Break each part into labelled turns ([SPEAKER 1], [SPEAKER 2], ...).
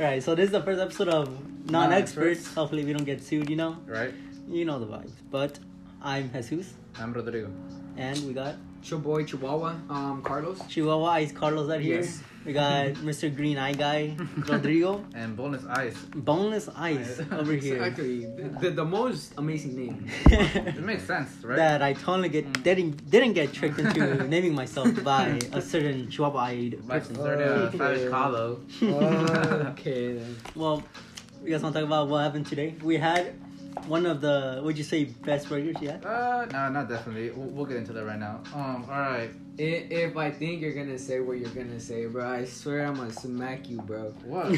[SPEAKER 1] Alright, so this is the first episode of Non Experts.
[SPEAKER 2] Non-experts.
[SPEAKER 1] Hopefully, we don't get sued, you know?
[SPEAKER 2] Right?
[SPEAKER 1] You know the vibes. But I'm Jesus,
[SPEAKER 2] I'm Rodrigo.
[SPEAKER 1] and we got
[SPEAKER 3] It's your boy Chihuahua, um, Carlos.
[SPEAKER 1] Chihuahua Eyes Carlos out here.
[SPEAKER 3] Yes.
[SPEAKER 1] We got Mr. Green Eye Guy, Rodrigo,
[SPEAKER 2] And bonus ice.
[SPEAKER 1] Boneless Eyes over here.
[SPEAKER 3] Exactly. The, the, the most amazing name.
[SPEAKER 2] It makes sense, right?
[SPEAKER 1] That I totally get didn't didn't get tricked into naming myself by a certain Chihuahua-eyed
[SPEAKER 2] Like uh,
[SPEAKER 1] person.
[SPEAKER 2] sort of
[SPEAKER 3] Oh,
[SPEAKER 2] Savage
[SPEAKER 3] yeah.
[SPEAKER 2] Kahlo.
[SPEAKER 3] Oh. okay. then.
[SPEAKER 1] Well, you guys want to talk about what happened today? We had one of the would you say best burgers yet?
[SPEAKER 2] Uh, no, not definitely. We'll, we'll get into that right now. Um, all right.
[SPEAKER 3] I- If I think you're gonna say what you're gonna say, bro, I swear I'm gonna smack you, bro.
[SPEAKER 2] What?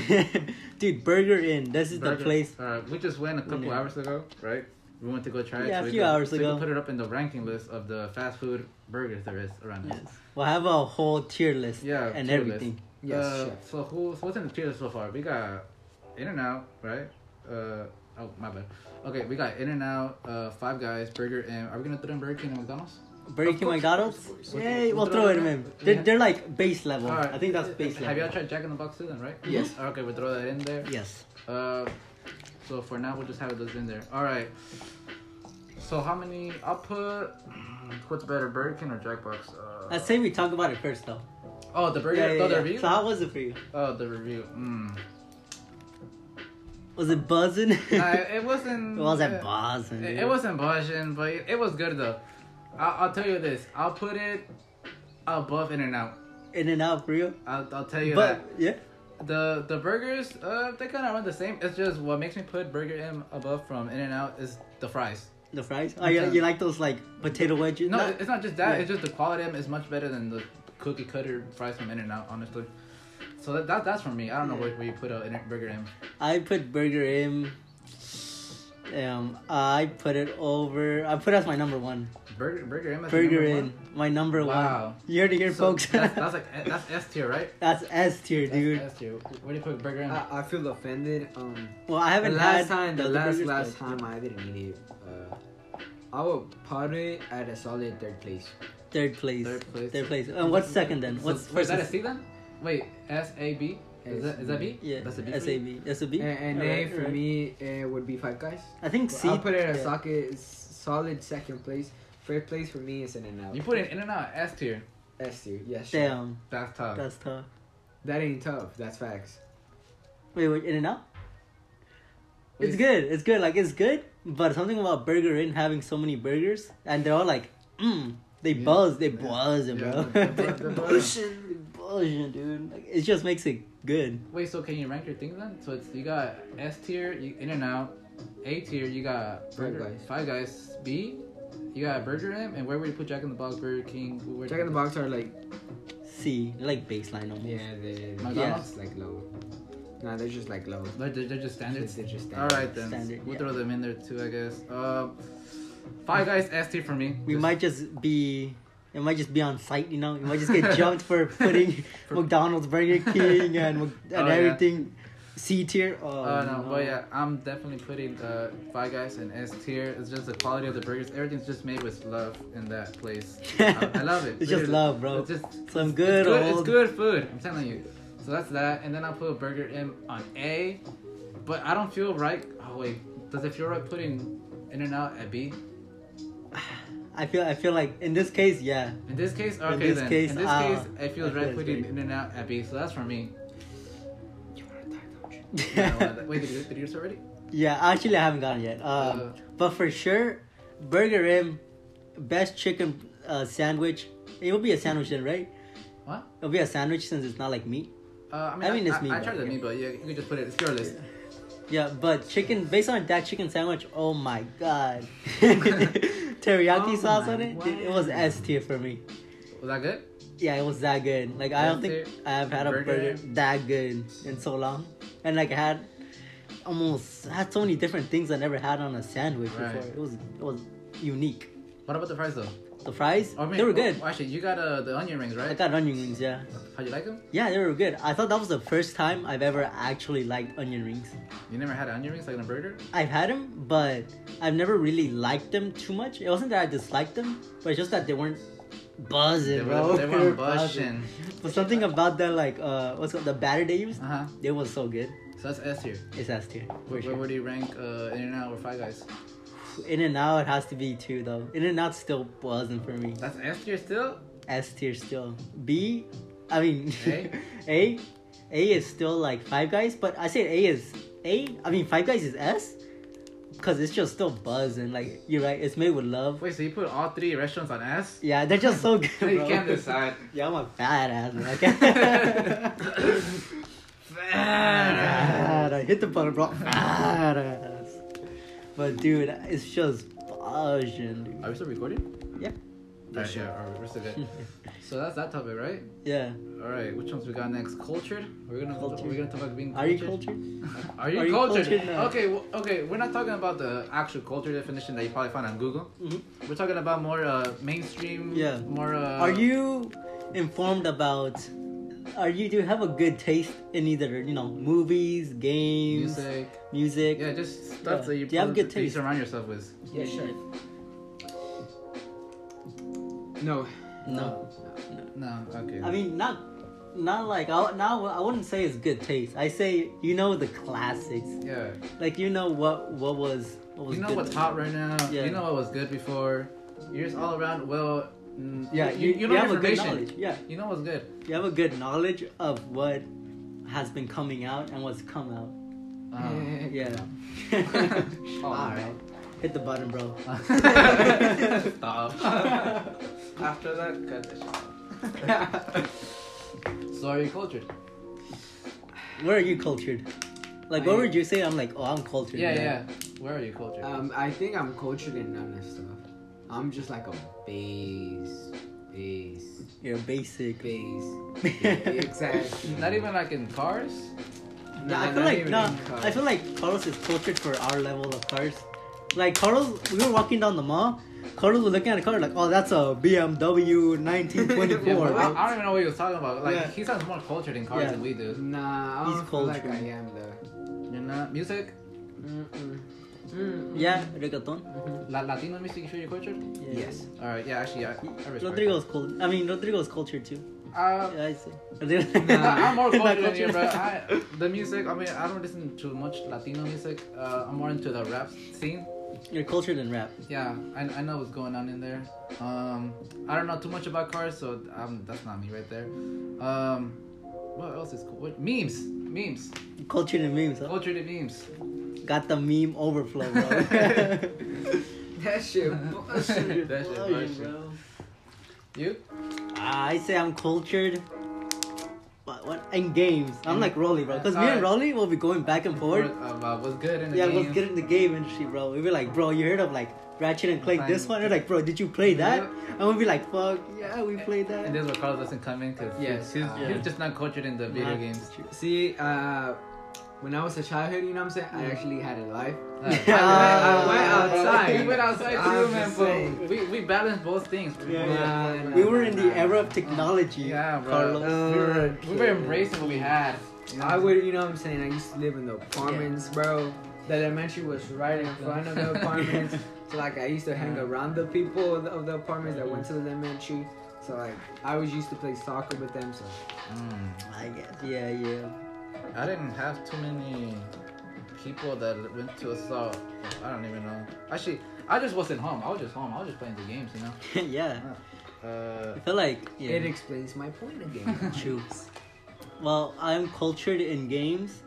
[SPEAKER 1] Dude, Burger Inn. This is the
[SPEAKER 2] Burger-
[SPEAKER 1] place.
[SPEAKER 2] All right, we just went a couple
[SPEAKER 1] Yeah.
[SPEAKER 2] hours ago, right? We went to go try it.
[SPEAKER 1] Yeah, a
[SPEAKER 2] so we
[SPEAKER 1] few
[SPEAKER 2] could-
[SPEAKER 1] hours
[SPEAKER 2] so we could
[SPEAKER 1] ago.
[SPEAKER 2] put it up in the ranking list of the fast food burgers there is around us.
[SPEAKER 1] Yes. We'll have a whole tier list
[SPEAKER 2] Yeah,
[SPEAKER 1] and
[SPEAKER 2] tier list.
[SPEAKER 1] everything.
[SPEAKER 3] Yes,
[SPEAKER 2] Uh,
[SPEAKER 3] chef.
[SPEAKER 2] so who? So what's in the tier list so far? We got In and Out, right? Uh, oh my bad. Okay, we got In and Out, uh, Five Guys, Burger, and are we gonna throw in Burger King and McDonald's?
[SPEAKER 1] Burger King McDonald's? Yay, we'll
[SPEAKER 2] We'll
[SPEAKER 1] throw
[SPEAKER 2] throw
[SPEAKER 1] it in.
[SPEAKER 2] it in.
[SPEAKER 1] They're, they're like base level.
[SPEAKER 2] All right.
[SPEAKER 1] I think that's base
[SPEAKER 2] Have y'all
[SPEAKER 1] level.
[SPEAKER 2] tried Jack in the Box too, then, right? Mm-hmm.
[SPEAKER 3] Yes.
[SPEAKER 2] Okay, we throw that in there.
[SPEAKER 1] Yes.
[SPEAKER 2] Uh, so for now we'll just have those in there. All right. So how many? I'll put. What's better, Burger King or Jack Box? Uh,
[SPEAKER 1] I'd say we talk about it first though.
[SPEAKER 2] Oh, the burger. oh, the review.
[SPEAKER 1] So how was it for you?
[SPEAKER 2] Oh, the review. Mm.
[SPEAKER 1] Was it buzzing?
[SPEAKER 2] Nah,
[SPEAKER 1] it
[SPEAKER 2] it- it wasn't.
[SPEAKER 1] wasn't
[SPEAKER 2] uh,
[SPEAKER 1] buzzing.
[SPEAKER 2] It,
[SPEAKER 1] dude.
[SPEAKER 2] it wasn't buzzing, but it, it was good though. I'll, I'll tell you this. I'll put it above In and Out.
[SPEAKER 1] in and out for you.
[SPEAKER 2] I'll, I'll tell you
[SPEAKER 1] But yeah.
[SPEAKER 2] that. The the burgers, uh, they kind of run the same. It's just what makes me put Burger In above from In and Out is the fries.
[SPEAKER 1] The fries? Oh, yeah,
[SPEAKER 2] Okay.
[SPEAKER 1] you like those like potato wedges?
[SPEAKER 2] No,
[SPEAKER 1] Not-
[SPEAKER 2] it's not just that.
[SPEAKER 1] yeah.
[SPEAKER 2] It's just the quality of them is much better than the cookie cutter fries from In-N-Out, honestly. So that, that that's for me. I don't know where, where you put a In- burger in.
[SPEAKER 1] I put Burger in. Um, I put it over. I put it as my number one.
[SPEAKER 2] Burger Burger in. as your
[SPEAKER 1] Burger
[SPEAKER 2] number
[SPEAKER 1] in my number
[SPEAKER 2] Wow.
[SPEAKER 1] one. You heard it here,
[SPEAKER 2] one? So
[SPEAKER 1] folks.
[SPEAKER 2] that's, that's like eh, that's S tier, right?
[SPEAKER 1] That's S tier,
[SPEAKER 2] That's
[SPEAKER 1] dude. Ah.
[SPEAKER 2] S tier. Where do you put burger in?
[SPEAKER 3] I, I feel offended. Um,
[SPEAKER 1] Well, I
[SPEAKER 3] the
[SPEAKER 1] haven't had
[SPEAKER 3] last time, the, last
[SPEAKER 1] burgers,
[SPEAKER 3] last
[SPEAKER 1] but
[SPEAKER 3] time I didn't eat it. Uh, I would put it at a solid third place.
[SPEAKER 1] Third place.
[SPEAKER 2] Third place.
[SPEAKER 1] Third place. And what's second then?
[SPEAKER 2] So-
[SPEAKER 1] What's
[SPEAKER 2] wait,
[SPEAKER 1] first?
[SPEAKER 2] is that a C then? Wait, S A B. Is that is that B?
[SPEAKER 1] Yeah.
[SPEAKER 2] That's a B. for
[SPEAKER 1] S A
[SPEAKER 2] you?
[SPEAKER 1] B. S A B.
[SPEAKER 3] And, and A
[SPEAKER 1] Alright,
[SPEAKER 3] for
[SPEAKER 1] alright.
[SPEAKER 3] me it would be Five Guys.
[SPEAKER 1] I think C.
[SPEAKER 3] I'll put it at a
[SPEAKER 1] yeah.
[SPEAKER 3] socket, solid second place. First place for me is in and out.
[SPEAKER 2] You put it in and out S tier.
[SPEAKER 3] S tier, yes. sure.
[SPEAKER 1] Damn,
[SPEAKER 2] That's tough.
[SPEAKER 1] that's tough.
[SPEAKER 3] That ain't tough. That's facts.
[SPEAKER 1] Wait, wait, In and Out.
[SPEAKER 2] Wait.
[SPEAKER 1] It's good. It's good. Like it's good, but something about Burger In having so many burgers and they're all like, mm, they
[SPEAKER 2] Yeah.
[SPEAKER 1] buzz, they
[SPEAKER 2] Yeah.
[SPEAKER 1] buzz,
[SPEAKER 2] Yeah,
[SPEAKER 1] bro.
[SPEAKER 2] they're bu-
[SPEAKER 1] They're
[SPEAKER 2] they're
[SPEAKER 1] buzzing, they're buzzing, dude. Like, it just makes it good.
[SPEAKER 2] Wait, so can you rank your things then? So it's you got S tier, you In and Out, A tier, you got Burger,
[SPEAKER 3] Five Guys.
[SPEAKER 2] Five Guys, B, you got Burger M, and where would you put Jack in the Box, Burger King? Where
[SPEAKER 3] Jack in the Box are like
[SPEAKER 1] C, like baseline almost.
[SPEAKER 3] yeah, they
[SPEAKER 2] My
[SPEAKER 3] yeah.
[SPEAKER 2] God.
[SPEAKER 3] just like low. Nah, they're just like low.
[SPEAKER 2] They're, they're, they're just standards.
[SPEAKER 3] They're just
[SPEAKER 2] All right then,
[SPEAKER 1] Standard,
[SPEAKER 2] we'll
[SPEAKER 1] yeah.
[SPEAKER 2] throw them in there too, I guess. Uh, five Guys S tier for me.
[SPEAKER 1] We
[SPEAKER 2] Just-
[SPEAKER 1] might just be. It might just be on site, you know. You might just get jumped for putting
[SPEAKER 2] For-
[SPEAKER 1] McDonald's, Burger King, and Mc- and
[SPEAKER 2] Oh, yeah.
[SPEAKER 1] everything. C tier. Oh,
[SPEAKER 2] Uh, no, but yeah, I'm definitely putting uh, Five Guys in S tier. It's just the quality of the burgers. Everything's just made with love in that place. I, I love it.
[SPEAKER 1] It's just
[SPEAKER 2] Literally.
[SPEAKER 1] love, bro.
[SPEAKER 2] It's just
[SPEAKER 1] Some
[SPEAKER 2] it's
[SPEAKER 1] good
[SPEAKER 2] good,
[SPEAKER 1] old-
[SPEAKER 2] It's good food. I'm telling you. So that's that, and then I put Burger M on A, but I don't feel right. Oh wait, does it feel right putting In and Out at B?
[SPEAKER 1] I feel. I feel like in this case, yeah.
[SPEAKER 2] In this case,
[SPEAKER 1] In
[SPEAKER 2] okay
[SPEAKER 1] this
[SPEAKER 2] then.
[SPEAKER 1] case,
[SPEAKER 2] in this
[SPEAKER 1] uh,
[SPEAKER 2] case, it
[SPEAKER 1] I
[SPEAKER 2] feels
[SPEAKER 1] feel
[SPEAKER 2] right
[SPEAKER 1] it's
[SPEAKER 2] putting
[SPEAKER 1] right.
[SPEAKER 2] In and Out at B. So that's for me. I don't wanna- wait, did you did you do this already?
[SPEAKER 1] Yeah, actually, I haven't gotten it yet. Um,
[SPEAKER 2] Uh.
[SPEAKER 1] but for sure, Burger M, best chicken uh, sandwich. It will be a sandwich then, right?
[SPEAKER 2] What?
[SPEAKER 1] It'll be a sandwich since it's not like meat.
[SPEAKER 2] Uh, I mean,
[SPEAKER 1] I mean, it's
[SPEAKER 2] I,
[SPEAKER 1] me,
[SPEAKER 2] I
[SPEAKER 1] but-
[SPEAKER 2] tried the meatball. Yeah, you can just put it. It's your list.
[SPEAKER 1] Yeah, but chicken based on that chicken sandwich. Oh my god, teriyaki
[SPEAKER 3] Oh
[SPEAKER 1] sauce
[SPEAKER 3] my
[SPEAKER 1] on it. dude, it was
[SPEAKER 3] word.
[SPEAKER 1] S tier for me.
[SPEAKER 2] Was that good?
[SPEAKER 1] Yeah, it was that good. Like I don't
[SPEAKER 2] S
[SPEAKER 1] think
[SPEAKER 2] tier.
[SPEAKER 1] I have had a burger,
[SPEAKER 2] Burger.
[SPEAKER 1] that good in so long, and like I had almost I had so many different things I never had on a sandwich
[SPEAKER 2] Right.
[SPEAKER 1] before. It was it was unique.
[SPEAKER 2] What about the fries though?
[SPEAKER 1] The fries,
[SPEAKER 2] I mean,
[SPEAKER 1] they were
[SPEAKER 2] oh,
[SPEAKER 1] good.
[SPEAKER 2] actually, you got uh, the onion rings,
[SPEAKER 1] I
[SPEAKER 2] right?
[SPEAKER 1] got onion rings, yeah.
[SPEAKER 2] How'd you like them?
[SPEAKER 1] Yeah, they were good. I thought that was the first time I've ever actually liked onion rings.
[SPEAKER 2] You never had onion rings like in a burger?
[SPEAKER 1] I've had them, but I've never really liked them too much. It wasn't that I disliked them, but it's just that they weren't buzzing,
[SPEAKER 2] They
[SPEAKER 1] bro.
[SPEAKER 2] were, they were
[SPEAKER 1] buzzing.
[SPEAKER 2] bushing.
[SPEAKER 1] But something about that, like, uh, what's it, the batter they used,
[SPEAKER 2] Uh huh.
[SPEAKER 1] it was so good.
[SPEAKER 2] So that's S tier.
[SPEAKER 1] It's S tier. for
[SPEAKER 2] Where,
[SPEAKER 1] sure.
[SPEAKER 2] where would you rank uh, In and Out or Five Guys?
[SPEAKER 1] In and out it has to be E two though. In and out still buzzing for me.
[SPEAKER 2] That's S tier still.
[SPEAKER 1] S tier still. B, I mean
[SPEAKER 2] A?
[SPEAKER 1] A, A is still like Five Guys, but I say A is A. I mean Five Guys is S, because it's just still buzzing. Like you're right, it's made with love.
[SPEAKER 2] Wait, so you put all three restaurants on S?
[SPEAKER 1] Yeah, they're just so good.
[SPEAKER 3] You
[SPEAKER 1] bro.
[SPEAKER 3] can't decide.
[SPEAKER 1] Yeah, I'm a badass. Man. I can't. Badass. Hit the button, bro. Badass. But dude, it's just buzzing. Dude.
[SPEAKER 2] Are we still recording?
[SPEAKER 1] Yeah.
[SPEAKER 2] Alright, yeah, alright, we're still good. so that's that topic, right?
[SPEAKER 1] Yeah.
[SPEAKER 2] Alright, which ones we got next? Cultured? We're gonna
[SPEAKER 1] Cultured.
[SPEAKER 2] we're gonna talk about being
[SPEAKER 1] Are you
[SPEAKER 2] cultured?
[SPEAKER 1] cultured?
[SPEAKER 2] Are you
[SPEAKER 1] Are you
[SPEAKER 2] cultured?
[SPEAKER 1] cultured now?
[SPEAKER 2] okay, well, okay, we're not talking about the actual culture definition that you probably find on Google.
[SPEAKER 1] Mhm.
[SPEAKER 2] We're talking about more uh, mainstream.
[SPEAKER 1] Yeah.
[SPEAKER 2] More. Uh,
[SPEAKER 1] Are you informed about? Are you do you have a good taste in either you know movies, games,
[SPEAKER 2] music?
[SPEAKER 1] music?
[SPEAKER 2] Yeah, just stuff
[SPEAKER 1] Yeah.
[SPEAKER 2] that you,
[SPEAKER 1] Do you have
[SPEAKER 2] probably-
[SPEAKER 1] good
[SPEAKER 2] that you
[SPEAKER 1] taste?
[SPEAKER 2] surround yourself with.
[SPEAKER 3] Yeah, sure.
[SPEAKER 1] Uh,
[SPEAKER 3] No.
[SPEAKER 1] No,
[SPEAKER 2] No, okay.
[SPEAKER 1] I mean not, not like I now I wouldn't say it's good taste. I say you know the classics,
[SPEAKER 2] yeah.
[SPEAKER 1] like you know what what was what was
[SPEAKER 2] You know
[SPEAKER 1] good.
[SPEAKER 2] what's hot right now.
[SPEAKER 1] Yeah.
[SPEAKER 2] You know what was good before. You're just all around well. mm,
[SPEAKER 1] yeah,
[SPEAKER 2] You, you, know
[SPEAKER 1] have a good
[SPEAKER 2] information.
[SPEAKER 1] knowledge. Yeah,
[SPEAKER 2] You know what's good.
[SPEAKER 1] you have a good knowledge of what has been coming out and what's come out.
[SPEAKER 2] Um,
[SPEAKER 1] Yeah. Oh, All right. Hit the button, bro.
[SPEAKER 2] Stop.
[SPEAKER 3] After that, cut the shit.
[SPEAKER 2] So are you cultured?
[SPEAKER 1] Where are you cultured? Like, what
[SPEAKER 3] I-
[SPEAKER 1] would you say? I'm like, oh, I'm cultured.
[SPEAKER 2] Yeah,
[SPEAKER 1] man.
[SPEAKER 2] yeah. Where are you cultured?
[SPEAKER 3] um, I think I'm cultured in none of stuff. I'm just like a base, base,
[SPEAKER 1] You're basic.
[SPEAKER 3] base. exactly.
[SPEAKER 2] Not even like in cars.
[SPEAKER 1] Yeah, I feel like no. I feel like Carlos is cultured for our level of cars. Like Carlos, we were walking down the mall. Carlos was looking at a car like, oh, that's a BMW 1924.
[SPEAKER 2] Yeah, but I,
[SPEAKER 1] bro.
[SPEAKER 2] I don't even know what he was talking about. Like
[SPEAKER 1] Yeah.
[SPEAKER 2] he sounds more cultured in cars
[SPEAKER 1] Yeah.
[SPEAKER 2] than we do.
[SPEAKER 3] Nah, I
[SPEAKER 1] He's
[SPEAKER 3] don't feel like I
[SPEAKER 1] cultured.
[SPEAKER 3] am though.
[SPEAKER 2] You're not music,
[SPEAKER 3] Mm-mm. Mm-mm.
[SPEAKER 1] Yeah, reggaeton.
[SPEAKER 3] Mhm.
[SPEAKER 2] La- Latino music. You sure you're cultured?
[SPEAKER 1] Yeah.
[SPEAKER 3] Yes.
[SPEAKER 2] All right. Yeah. Actually, I, I respect.
[SPEAKER 1] Rodrigo's cool. I mean, Rodrigo's cultured too.
[SPEAKER 2] that. Uh,
[SPEAKER 1] Yeah, I see.
[SPEAKER 2] Nah, I'm more
[SPEAKER 1] Not
[SPEAKER 2] cultured than you,
[SPEAKER 1] cultured.
[SPEAKER 2] bro. I, the music, I mean, I don't listen to much Latino music. Uh, I'm more into the rap scene.
[SPEAKER 1] You're cultured in rap.
[SPEAKER 2] Yeah, I, I know what's going on in there. Um, I don't know too much about cars, so um, that's not me right there. Um, what else is cool? What, memes, memes,
[SPEAKER 1] Cultured in memes. Huh?
[SPEAKER 2] cultured in memes.
[SPEAKER 1] Got the meme overflow, bro.
[SPEAKER 3] That shit. bullshit.
[SPEAKER 2] That shit bullshit. You?
[SPEAKER 1] Ah, I say I'm cultured. What, what in games? I'm like Rolly, bro. Cause me
[SPEAKER 2] Alright.
[SPEAKER 1] and Rolly will be going back and
[SPEAKER 2] Or
[SPEAKER 1] forth.
[SPEAKER 2] uh, what's good in the
[SPEAKER 1] Yeah,
[SPEAKER 2] game?
[SPEAKER 1] let's get in the game industry, bro. We'll be like, bro, you heard of like Ratchet and Clank? This one, they're like, bro, did you play that? And we'll be like, fuck, yeah, we played
[SPEAKER 2] And
[SPEAKER 1] that.
[SPEAKER 2] this is where Carlos doesn't come in because
[SPEAKER 3] Yes,
[SPEAKER 2] he's,
[SPEAKER 3] uh,
[SPEAKER 2] he's just not cultured in the video
[SPEAKER 1] Nah.
[SPEAKER 2] games.
[SPEAKER 3] See, uh, when I was a childhood, you know what I'm saying? I
[SPEAKER 1] Mm.
[SPEAKER 3] actually had a life.
[SPEAKER 1] Yeah.
[SPEAKER 3] I, went, I went
[SPEAKER 1] Uh,
[SPEAKER 3] outside.
[SPEAKER 2] We went outside
[SPEAKER 3] I'm
[SPEAKER 2] too, man.
[SPEAKER 3] just saying.
[SPEAKER 2] But we, we balanced both things.
[SPEAKER 1] Yeah,
[SPEAKER 3] yeah.
[SPEAKER 2] Nah, nah,
[SPEAKER 1] We
[SPEAKER 2] nah.
[SPEAKER 1] were in the era of technology,
[SPEAKER 2] Yeah, bro. Uh,
[SPEAKER 1] Carlos.
[SPEAKER 2] we, were,
[SPEAKER 3] Okay.
[SPEAKER 2] we were embracing what we had. you know?
[SPEAKER 3] I would, you know what I'm saying? I used to live in the apartments, bro. The elementary was right in front of the apartments. so, like, I used to hang
[SPEAKER 2] Yeah.
[SPEAKER 3] around the people of the, of the apartments that went to the elementary. So, like, I was used to play soccer with them. So,
[SPEAKER 2] Mm.
[SPEAKER 1] I guess. Yeah, yeah.
[SPEAKER 2] I didn't have too many people that went to assault. I don't even know. Actually, I just wasn't home. I was just home. I was just playing the games, you know.
[SPEAKER 1] yeah.
[SPEAKER 2] Uh,
[SPEAKER 1] I feel like
[SPEAKER 3] it
[SPEAKER 1] yeah.
[SPEAKER 3] explains my point again.
[SPEAKER 1] Choose. Well, I'm cultured in games,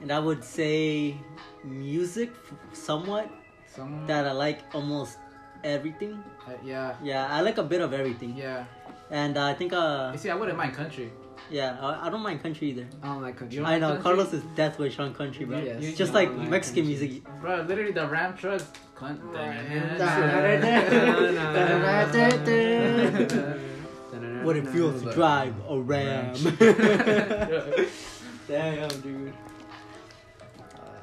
[SPEAKER 1] and I would say music f- somewhat.
[SPEAKER 2] some.
[SPEAKER 1] that I like almost everything.
[SPEAKER 2] uh, yeah.
[SPEAKER 1] Yeah, I like a bit of everything.
[SPEAKER 2] Yeah.
[SPEAKER 1] And uh, I think, uh,
[SPEAKER 2] You see, I wouldn't mind country.
[SPEAKER 1] yeah, I, I don't mind country either.
[SPEAKER 3] I don't like country.
[SPEAKER 2] You
[SPEAKER 1] I know
[SPEAKER 2] country?
[SPEAKER 1] Carlos is death wish on country, bro.
[SPEAKER 3] Yes.
[SPEAKER 1] It's just
[SPEAKER 3] You
[SPEAKER 1] like
[SPEAKER 3] don't like
[SPEAKER 1] Mexican
[SPEAKER 3] country.
[SPEAKER 1] music.
[SPEAKER 2] Bro, literally the Ram trucks. Cunt.
[SPEAKER 1] What it feels to
[SPEAKER 2] Like-
[SPEAKER 1] drive a ram.
[SPEAKER 3] Damn, dude.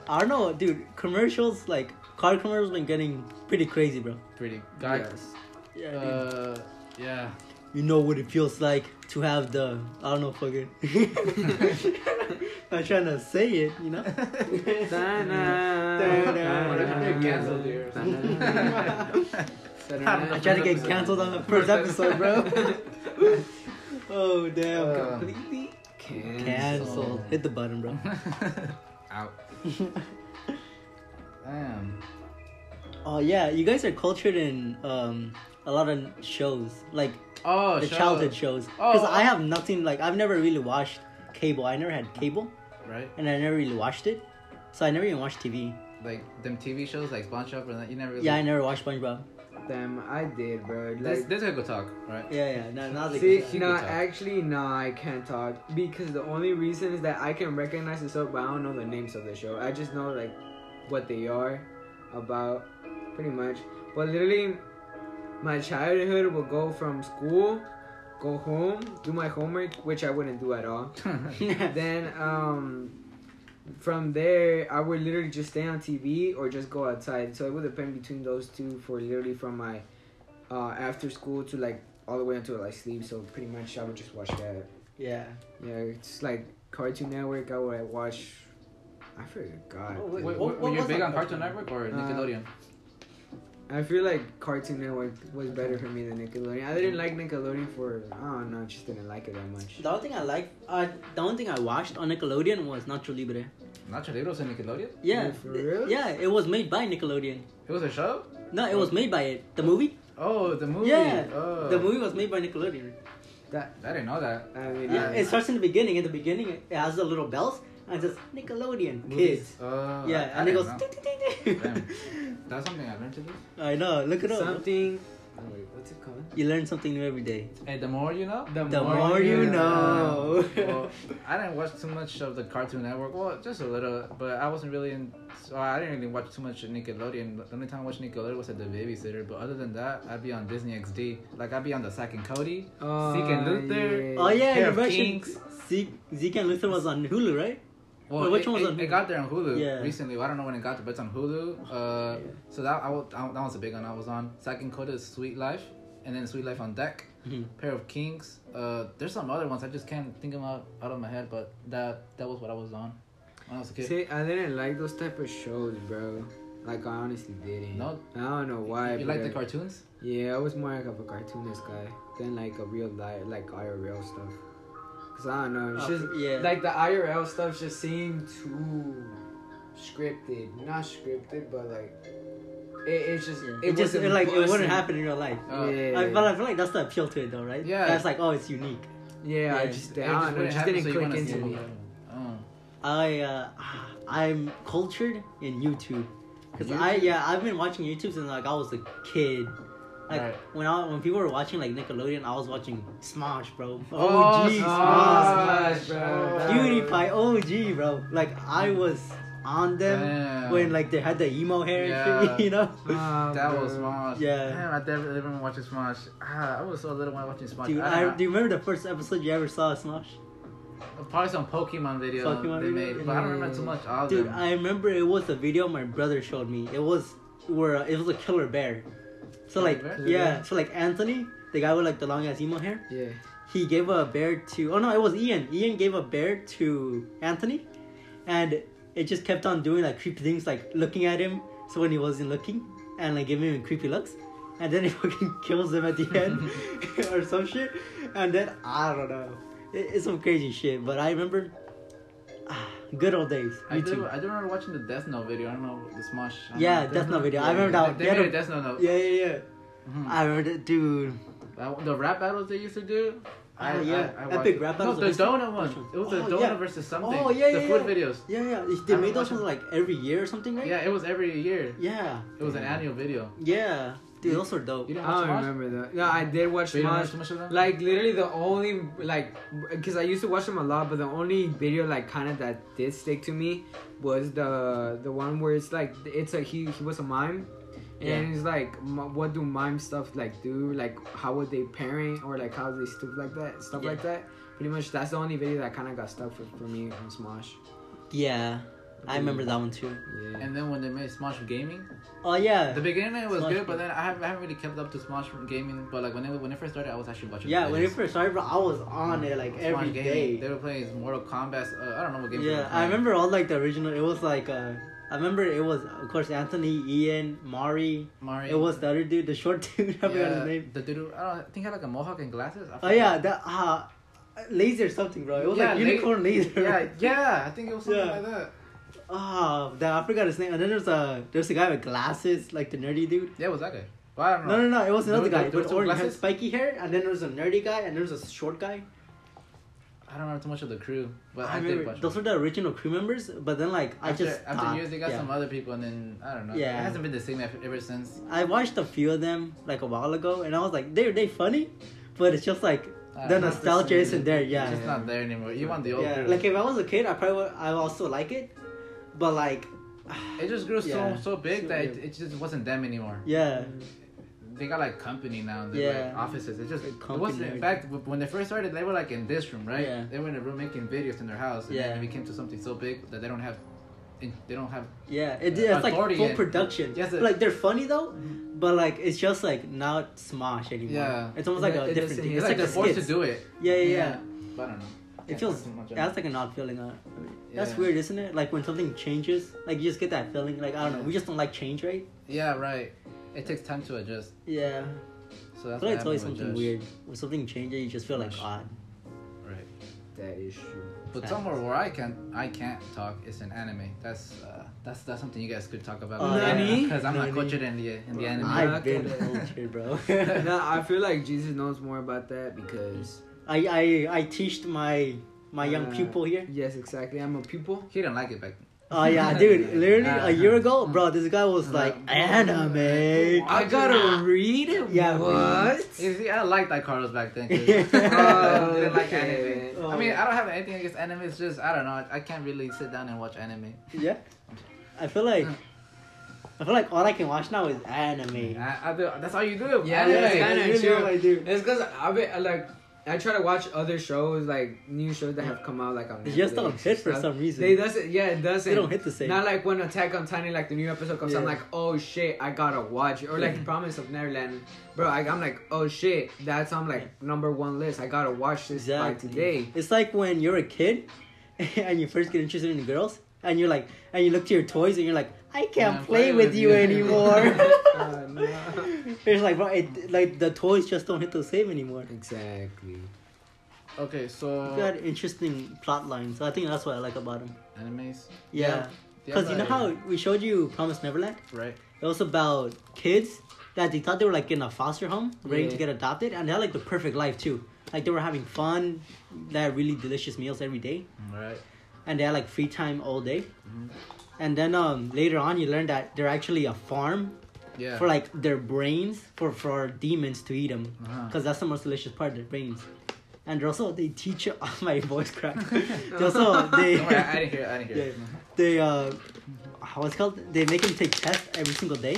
[SPEAKER 1] I don't know, dude. Commercials like car commercials been getting pretty crazy, bro.
[SPEAKER 2] Pretty. Guys.
[SPEAKER 3] Yes.
[SPEAKER 1] Yeah,
[SPEAKER 2] Uh, yeah.
[SPEAKER 1] You know what it feels like to have the I don't know, fucking. Not trying to say it, you know.
[SPEAKER 3] Da-na.
[SPEAKER 1] Da-na.
[SPEAKER 2] What if they're canceled here or something?
[SPEAKER 3] that are
[SPEAKER 2] I
[SPEAKER 3] not-
[SPEAKER 1] I tried to get canceled on the first episode, bro. oh damn!
[SPEAKER 2] Uh,
[SPEAKER 1] Completely
[SPEAKER 3] Canceled.
[SPEAKER 1] canceled. Hit the button, bro.
[SPEAKER 2] Out. Damn.
[SPEAKER 1] Oh yeah, you guys are cultured in um, a lot of shows, like
[SPEAKER 2] Oh,
[SPEAKER 1] the
[SPEAKER 2] shout
[SPEAKER 1] childhood
[SPEAKER 2] out,
[SPEAKER 1] shows. Because
[SPEAKER 2] Oh,
[SPEAKER 1] I
[SPEAKER 2] oh.
[SPEAKER 1] have nothing like I've never really watched cable. I never had cable,
[SPEAKER 2] right?
[SPEAKER 1] and I never really watched it, so I never even watched TV.
[SPEAKER 2] Like them TV shows like SpongeBob and that. You never. Really...
[SPEAKER 1] Yeah, I never watched SpongeBob.
[SPEAKER 3] Damn, I did, bro. Like,
[SPEAKER 2] This, this is a good talk, right?
[SPEAKER 1] Yeah, yeah, no, not like
[SPEAKER 3] See,
[SPEAKER 2] you
[SPEAKER 3] no,
[SPEAKER 2] can talk.
[SPEAKER 3] actually, no, I can't talk because the only reason is that I can recognize the show, but I don't know the names of the show. I just know like what they are about, pretty much. But literally, my childhood would go from school, go home, do my homework, which I wouldn't do at all. then, um, from there, I would literally just stay on TV or just go outside. So it would depend between those two for literally from my uh, after school to like all the way until I sleep. So pretty much I would just watch that.
[SPEAKER 1] yeah.
[SPEAKER 3] Yeah, it's like Cartoon Network. I would watch. I forgot.
[SPEAKER 1] Oh,
[SPEAKER 3] dude.
[SPEAKER 2] Were,
[SPEAKER 1] What-
[SPEAKER 2] were-
[SPEAKER 1] what
[SPEAKER 2] were you
[SPEAKER 1] was
[SPEAKER 2] big
[SPEAKER 1] that
[SPEAKER 2] on Cartoon
[SPEAKER 1] cartoon?
[SPEAKER 2] Network or
[SPEAKER 3] Uh,
[SPEAKER 2] Nickelodeon?
[SPEAKER 3] I feel like Cartoon Network was better for me than Nickelodeon. I didn't like Nickelodeon for I don't know, I just didn't like it that much.
[SPEAKER 1] The only thing I like, uh, the only thing I watched on Nickelodeon was Nacho Libre.
[SPEAKER 2] Nacho Libros and Nickelodeon?
[SPEAKER 1] Yeah,
[SPEAKER 3] Yeah, for real?
[SPEAKER 1] yeah, it was made by Nickelodeon.
[SPEAKER 2] It was a show?
[SPEAKER 1] No, it was made by it. The movie.
[SPEAKER 2] Oh, the movie.
[SPEAKER 1] Yeah,
[SPEAKER 2] Oh.
[SPEAKER 1] the movie was made by Nickelodeon.
[SPEAKER 3] That
[SPEAKER 2] I didn't know that.
[SPEAKER 3] I mean, uh,
[SPEAKER 1] Yeah,
[SPEAKER 3] I-
[SPEAKER 1] it starts in the beginning. In the beginning, it has the little bells and it says Nickelodeon kids.
[SPEAKER 2] Oh,
[SPEAKER 1] yeah,
[SPEAKER 2] I, I
[SPEAKER 1] and it
[SPEAKER 2] didn't
[SPEAKER 1] goes.
[SPEAKER 2] know.
[SPEAKER 1] "Ting, ting, ting, ting."
[SPEAKER 2] That's something I learned today.
[SPEAKER 1] I know. Look it up.
[SPEAKER 3] something. Oh, wait, what's it called?
[SPEAKER 1] You learn something new every day.
[SPEAKER 2] Hey, the more you know.
[SPEAKER 1] The more you know.
[SPEAKER 2] well, I didn't watch too much of the Cartoon Network. Well, just a little, but I wasn't really in. So I didn't really watch too much Nickelodeon. The only time I watched Nickelodeon was at the babysitter. But other than that, I'd be on Disney XD. Like I'd be on the Zack and Cody,
[SPEAKER 3] Oh,
[SPEAKER 2] Seek and Luther.
[SPEAKER 3] yeah.
[SPEAKER 1] oh yeah,
[SPEAKER 2] Pair
[SPEAKER 1] your
[SPEAKER 2] of
[SPEAKER 1] version.
[SPEAKER 2] Kings.
[SPEAKER 1] Zeke, Zeke and Luther was on Hulu, right?
[SPEAKER 2] Well,
[SPEAKER 1] Wait, which
[SPEAKER 2] it,
[SPEAKER 1] one was
[SPEAKER 2] it,
[SPEAKER 1] on
[SPEAKER 2] it
[SPEAKER 1] Hulu?
[SPEAKER 2] got there on Hulu
[SPEAKER 1] Yeah.
[SPEAKER 2] recently. Well, I don't know when it got there, but it's on Hulu. Uh, So that I, wa- I, that was a big one I was on. Zack and Coda's Sweet Life, and then Sweet Life on Deck.
[SPEAKER 1] Mhm.
[SPEAKER 2] Pair of Kings. Uh, there's some other ones I just can't think of out, out of my head, but that that was what I was on when I was a kid.
[SPEAKER 3] See, I didn't like those type of shows, bro. Like I honestly didn't.
[SPEAKER 2] No?
[SPEAKER 3] I don't know why.
[SPEAKER 2] you like the
[SPEAKER 3] but-
[SPEAKER 2] cartoons?
[SPEAKER 3] Yeah, I was more like of a cartoonist guy than like a real life, like IRL stuff. Cause I don't know, it's
[SPEAKER 1] Oh,
[SPEAKER 3] just
[SPEAKER 1] yeah.
[SPEAKER 3] like the IRL stuff just seemed too scripted. Not scripted, but like it, it's just
[SPEAKER 1] Yeah. It,
[SPEAKER 3] it,
[SPEAKER 1] just
[SPEAKER 3] wasn't
[SPEAKER 1] it, like it
[SPEAKER 3] buzzing.
[SPEAKER 1] wouldn't happen in real life.
[SPEAKER 2] Uh,
[SPEAKER 3] yeah,
[SPEAKER 1] I, but I feel like that's the appeal to it, though, right?
[SPEAKER 2] Yeah.
[SPEAKER 1] That's like, oh, it's unique.
[SPEAKER 3] yeah, I
[SPEAKER 1] yeah.
[SPEAKER 3] just,
[SPEAKER 2] It
[SPEAKER 3] I don't know, it
[SPEAKER 2] wouldn't
[SPEAKER 3] just
[SPEAKER 2] happen,
[SPEAKER 3] didn't
[SPEAKER 2] so you
[SPEAKER 3] click
[SPEAKER 2] wanna see
[SPEAKER 3] into
[SPEAKER 2] it.
[SPEAKER 3] me.
[SPEAKER 2] Oh.
[SPEAKER 1] I uh, I'm cultured in YouTube because
[SPEAKER 2] YouTube?
[SPEAKER 1] I yeah I've been watching YouTube since like I was a kid. Like
[SPEAKER 2] Right.
[SPEAKER 1] when I when people were watching like Nickelodeon, I was watching Smash, bro. OG
[SPEAKER 2] Oh,
[SPEAKER 1] Smash,
[SPEAKER 2] Smash,
[SPEAKER 3] bro.
[SPEAKER 2] bro.
[SPEAKER 1] PewDiePie, OG, bro. Like I was on them
[SPEAKER 2] Mm. Damn.
[SPEAKER 1] when like they had the emo hair and
[SPEAKER 2] Yeah.
[SPEAKER 1] shit, you know.
[SPEAKER 3] Ah,
[SPEAKER 2] That was
[SPEAKER 3] bro.
[SPEAKER 2] Smosh.
[SPEAKER 1] Yeah.
[SPEAKER 2] Damn, I definitely remember watching Smosh. Ah, I was so little when watching Smosh.
[SPEAKER 1] Dude,
[SPEAKER 2] I don't
[SPEAKER 1] I,
[SPEAKER 2] know.
[SPEAKER 1] do you remember the first episode you ever saw of Smash?
[SPEAKER 2] Probably some Pokemon video
[SPEAKER 1] Pokemon
[SPEAKER 2] they
[SPEAKER 1] video?
[SPEAKER 2] made, but I don't remember too much of
[SPEAKER 1] Dude,
[SPEAKER 2] them.
[SPEAKER 1] I remember it was a video my brother showed me. It was where uh, it was a killer bear. So like
[SPEAKER 2] Killer
[SPEAKER 3] bear?
[SPEAKER 1] yeah, so like Anthony, the guy with like the long ass emo hair,
[SPEAKER 3] Yeah.
[SPEAKER 1] he gave a bear to oh no, it was Ian. Ian gave a bear to Anthony, and it just kept on doing like creepy things, like looking at him. So when he wasn't looking, and like giving him creepy looks, and then it fucking kills him at the end or some shit. And then I don't know, it, it's some crazy shit. But I remember. ah, Good old days.
[SPEAKER 2] I
[SPEAKER 1] YouTube.
[SPEAKER 2] do, I do remember watching the Death Note video. I don't know the Smosh. I don't
[SPEAKER 1] Yeah,
[SPEAKER 2] know,
[SPEAKER 1] Death Note video. I
[SPEAKER 2] yeah,
[SPEAKER 1] remember that one.
[SPEAKER 2] They,
[SPEAKER 1] Yeah,
[SPEAKER 2] they made
[SPEAKER 1] the-
[SPEAKER 2] a Death Note. note.
[SPEAKER 1] Yeah, yeah, yeah.
[SPEAKER 2] Mhm.
[SPEAKER 1] I remember that, dude.
[SPEAKER 2] That- the rap battles they used to do. I,
[SPEAKER 1] Oh, yeah.
[SPEAKER 2] I, I
[SPEAKER 1] Epic
[SPEAKER 2] watched-
[SPEAKER 1] rap
[SPEAKER 2] No,
[SPEAKER 1] battles
[SPEAKER 2] the
[SPEAKER 1] versus-
[SPEAKER 2] donut one. It was the
[SPEAKER 1] Oh,
[SPEAKER 2] donut
[SPEAKER 1] yeah.
[SPEAKER 2] versus something.
[SPEAKER 1] Oh, yeah,
[SPEAKER 2] The
[SPEAKER 1] yeah,
[SPEAKER 2] food
[SPEAKER 1] yeah.
[SPEAKER 2] videos.
[SPEAKER 1] Yeah, yeah. They
[SPEAKER 2] I
[SPEAKER 1] made those
[SPEAKER 2] watched
[SPEAKER 1] ones like every year or something, right?
[SPEAKER 2] Yeah, it was every year.
[SPEAKER 1] Yeah.
[SPEAKER 2] It was an annual video.
[SPEAKER 1] Yeah. Dude, those are dope.
[SPEAKER 2] You didn't
[SPEAKER 3] I
[SPEAKER 2] watch
[SPEAKER 3] don't
[SPEAKER 2] Smosh?
[SPEAKER 3] remember though. No, I did watch
[SPEAKER 2] So you didn't watch
[SPEAKER 3] Smosh.
[SPEAKER 2] too much of them?
[SPEAKER 3] Like literally the only like because I used to watch them a lot, but the only video like kind of that did stick to me was the the one where it's like it's a he he was a mime, and
[SPEAKER 1] Yeah.
[SPEAKER 3] it's like m- what do mime stuff like do like how would they parent or like how they stuff like that stuff
[SPEAKER 1] Yeah.
[SPEAKER 3] like that. Pretty much that's the only video that kind of got stuck for, for me on Smosh.
[SPEAKER 1] Yeah. I remember that one too.
[SPEAKER 3] Yeah.
[SPEAKER 2] And then when they made Smosh Gaming,
[SPEAKER 1] Oh yeah.
[SPEAKER 2] the beginning it was
[SPEAKER 1] Smosh
[SPEAKER 2] good, but then I haven't, I haven't really kept up to Smosh Gaming. But like when it, when it first started, I was actually watching.
[SPEAKER 1] yeah,
[SPEAKER 2] the
[SPEAKER 1] when it
[SPEAKER 2] videos.
[SPEAKER 1] first started, bro, I was on it like
[SPEAKER 2] Smosh
[SPEAKER 1] every
[SPEAKER 2] Gaming,
[SPEAKER 1] day.
[SPEAKER 2] They were playing Mortal Kombat. Uh, I don't know what game. they were
[SPEAKER 1] Yeah, I
[SPEAKER 2] playing.
[SPEAKER 1] remember all like the original. It was like uh, I remember it was of course Anthony, Ian, Mari.
[SPEAKER 2] Mari.
[SPEAKER 1] It was the other dude, the short dude. I forgot his name.
[SPEAKER 2] The dude, who- I don't I think he had like a mohawk and glasses. I
[SPEAKER 1] Oh
[SPEAKER 2] forgot.
[SPEAKER 1] yeah, that uh, laser something, bro. It was
[SPEAKER 2] Yeah,
[SPEAKER 1] like
[SPEAKER 2] la-
[SPEAKER 1] unicorn laser.
[SPEAKER 2] Yeah, yeah, I think it was something
[SPEAKER 1] Yeah.
[SPEAKER 2] like that.
[SPEAKER 1] Oh, that I forgot his name. And then there's a there's a guy with glasses, like the nerdy dude.
[SPEAKER 2] Yeah, it was that guy? Well, I don't know.
[SPEAKER 1] No, no, no. It was
[SPEAKER 2] Ah. There
[SPEAKER 1] another
[SPEAKER 2] was-
[SPEAKER 1] guy
[SPEAKER 2] there was
[SPEAKER 1] with
[SPEAKER 2] some
[SPEAKER 1] orange hair,
[SPEAKER 2] glasses?
[SPEAKER 1] spiky hair, and then there's a nerdy guy, and there's a short guy.
[SPEAKER 2] I don't remember too much of the crew, but I,
[SPEAKER 1] I
[SPEAKER 2] did
[SPEAKER 1] remember
[SPEAKER 2] watch.
[SPEAKER 1] those
[SPEAKER 2] it.
[SPEAKER 1] were the original crew members, but then like I
[SPEAKER 2] after,
[SPEAKER 1] just
[SPEAKER 2] after
[SPEAKER 1] stopped,
[SPEAKER 2] years they got
[SPEAKER 1] yeah.
[SPEAKER 2] some other people, and then I don't know.
[SPEAKER 1] Yeah.
[SPEAKER 2] it hasn't been the same ev- ever since.
[SPEAKER 1] I watched a few of them like a while ago, and I was like, they're they funny, but it's just like
[SPEAKER 2] Uh,
[SPEAKER 1] the
[SPEAKER 2] not the
[SPEAKER 1] nostalgia
[SPEAKER 3] same.
[SPEAKER 1] isn't there.
[SPEAKER 2] it's
[SPEAKER 1] Yeah,
[SPEAKER 2] just not there anymore. You want the old
[SPEAKER 1] yeah.
[SPEAKER 2] crew?
[SPEAKER 1] Like if I was a kid, I probably would, I would also like it, but like,
[SPEAKER 2] it just grew
[SPEAKER 1] Yeah.
[SPEAKER 2] so so big that it,
[SPEAKER 1] Yeah.
[SPEAKER 2] it just wasn't them anymore.
[SPEAKER 1] yeah,
[SPEAKER 2] They got like company now. They're like
[SPEAKER 1] Yeah.
[SPEAKER 2] offices. It just
[SPEAKER 1] Like
[SPEAKER 2] it
[SPEAKER 1] company
[SPEAKER 2] wasn't.
[SPEAKER 1] or-
[SPEAKER 2] In fact, w- when they first started, they were like in this room, right?
[SPEAKER 1] Yeah.
[SPEAKER 2] They were in a room making videos in their house, and
[SPEAKER 1] Yeah.
[SPEAKER 2] then it became to something so big that they don't have, in- they don't have
[SPEAKER 1] yeah. It,
[SPEAKER 2] Yeah.
[SPEAKER 1] it's like
[SPEAKER 2] Authority
[SPEAKER 1] full
[SPEAKER 2] and-
[SPEAKER 1] production.
[SPEAKER 2] Yes, it- Mm-hmm.
[SPEAKER 1] like they're funny though, but like it's just like not smosh anymore.
[SPEAKER 2] Yeah.
[SPEAKER 1] it's almost
[SPEAKER 3] It
[SPEAKER 1] like
[SPEAKER 3] do-
[SPEAKER 1] a
[SPEAKER 3] it
[SPEAKER 1] different
[SPEAKER 3] doesn't-
[SPEAKER 1] thing.
[SPEAKER 2] It's,
[SPEAKER 1] It's
[SPEAKER 2] like,
[SPEAKER 1] like,
[SPEAKER 2] they're
[SPEAKER 1] the
[SPEAKER 2] forced
[SPEAKER 1] skits.
[SPEAKER 2] to do it.
[SPEAKER 1] Yeah, yeah, yeah.
[SPEAKER 2] But I don't know.
[SPEAKER 1] It feels that's like an odd feeling. Uh, that's
[SPEAKER 2] Yeah.
[SPEAKER 1] weird, isn't it? Like when something changes, like you just get that feeling. Like I don't know, we just don't like change, right?
[SPEAKER 2] Yeah, right. It takes time to adjust.
[SPEAKER 1] Yeah,
[SPEAKER 2] So that's
[SPEAKER 1] but
[SPEAKER 2] what
[SPEAKER 1] it's always
[SPEAKER 2] happened
[SPEAKER 1] something
[SPEAKER 2] with
[SPEAKER 1] weird. When something changes, you just feel like
[SPEAKER 2] Rush.
[SPEAKER 1] odd.
[SPEAKER 2] Josh. Right.
[SPEAKER 3] That is true.
[SPEAKER 2] But
[SPEAKER 1] Facts.
[SPEAKER 2] somewhere where I can I can't talk is in anime. That's uh, that's that's something you guys could talk about.
[SPEAKER 1] Oh, Nani?
[SPEAKER 2] Because I'm not
[SPEAKER 1] Nani?
[SPEAKER 2] cultured in the in the anime.
[SPEAKER 3] I-
[SPEAKER 1] I've been cultured, bro. I,
[SPEAKER 3] no, I feel like Jesus knows more about that because
[SPEAKER 1] I I teached my my young
[SPEAKER 3] uh,
[SPEAKER 1] pupil here.
[SPEAKER 3] Yes, exactly. I'm a pupil.
[SPEAKER 2] he didn't like it back.
[SPEAKER 1] Oh yeah, dude! Literally a year ago,
[SPEAKER 2] Uh-huh.
[SPEAKER 1] bro, this guy was like
[SPEAKER 3] Uh-huh.
[SPEAKER 1] anime.
[SPEAKER 2] I
[SPEAKER 3] I gotta read it.
[SPEAKER 1] Yeah,
[SPEAKER 3] what?
[SPEAKER 2] You see, I liked that Carlos back then. 'cause
[SPEAKER 1] Yeah.
[SPEAKER 2] I didn't like
[SPEAKER 3] Okay.
[SPEAKER 2] anime.
[SPEAKER 1] Oh.
[SPEAKER 2] I mean, I don't have anything against anime. It's just I don't know. I can't really sit down and watch anime.
[SPEAKER 1] Yeah, I feel like I feel like all I can watch now is anime.
[SPEAKER 2] I, I do, that's all you do.
[SPEAKER 3] Yeah,
[SPEAKER 2] anime.
[SPEAKER 3] that's kinda
[SPEAKER 1] you know
[SPEAKER 3] true.
[SPEAKER 1] I do.
[SPEAKER 3] It's because I be, I, like I try to watch other shows like new shows that have come out like on.
[SPEAKER 1] They just
[SPEAKER 3] Netflix
[SPEAKER 1] don't
[SPEAKER 3] and
[SPEAKER 1] hit for
[SPEAKER 3] stuff.
[SPEAKER 1] some reason.
[SPEAKER 3] They doesn't. Yeah, it doesn't.
[SPEAKER 1] They don't hit the same.
[SPEAKER 3] Not like when Attack on Titan, like the new episode comes, I'm
[SPEAKER 1] Yeah.
[SPEAKER 3] like, oh shit, I gotta watch it. Or like Promise of Neverland, bro, I, I'm like, oh shit, that's on like number one list. I gotta watch this by today.
[SPEAKER 1] It's like when you're a kid and you first get interested in girls and you're like and you look to your toys and you're like, I can't play, with you, anymore.
[SPEAKER 3] Uh, no.
[SPEAKER 1] it's like bro, it, like the toys just don't hit the same anymore.
[SPEAKER 3] Exactly.
[SPEAKER 2] Okay,
[SPEAKER 1] They
[SPEAKER 2] so
[SPEAKER 1] got interesting plot lines. I think that's what I like about them.
[SPEAKER 2] animes.
[SPEAKER 1] Yeah.
[SPEAKER 2] They
[SPEAKER 1] Because
[SPEAKER 2] have,
[SPEAKER 1] you know
[SPEAKER 2] like-
[SPEAKER 1] how we showed you Promise Neverland?
[SPEAKER 2] right?
[SPEAKER 1] It was about kids that they thought they were like in a foster home, ready to
[SPEAKER 3] Yeah.
[SPEAKER 1] get adopted, and they had like the perfect life too. Like they were having fun, they had really delicious meals every day.
[SPEAKER 2] Right.
[SPEAKER 1] and they had like free time all day.
[SPEAKER 2] Mm-hmm.
[SPEAKER 1] And then um, later on, you learn that they're actually a farm
[SPEAKER 2] Yeah.
[SPEAKER 1] for like their brains for for demons to eat them,
[SPEAKER 2] Uh-huh.
[SPEAKER 1] because that's the most delicious part, their brains. And they're also they teach my voice crack. they also they
[SPEAKER 2] Don't worry, I, I didn't hear. it, I didn't hear.
[SPEAKER 1] they,
[SPEAKER 2] it.
[SPEAKER 1] they uh, what's it called? They make them take tests every single day,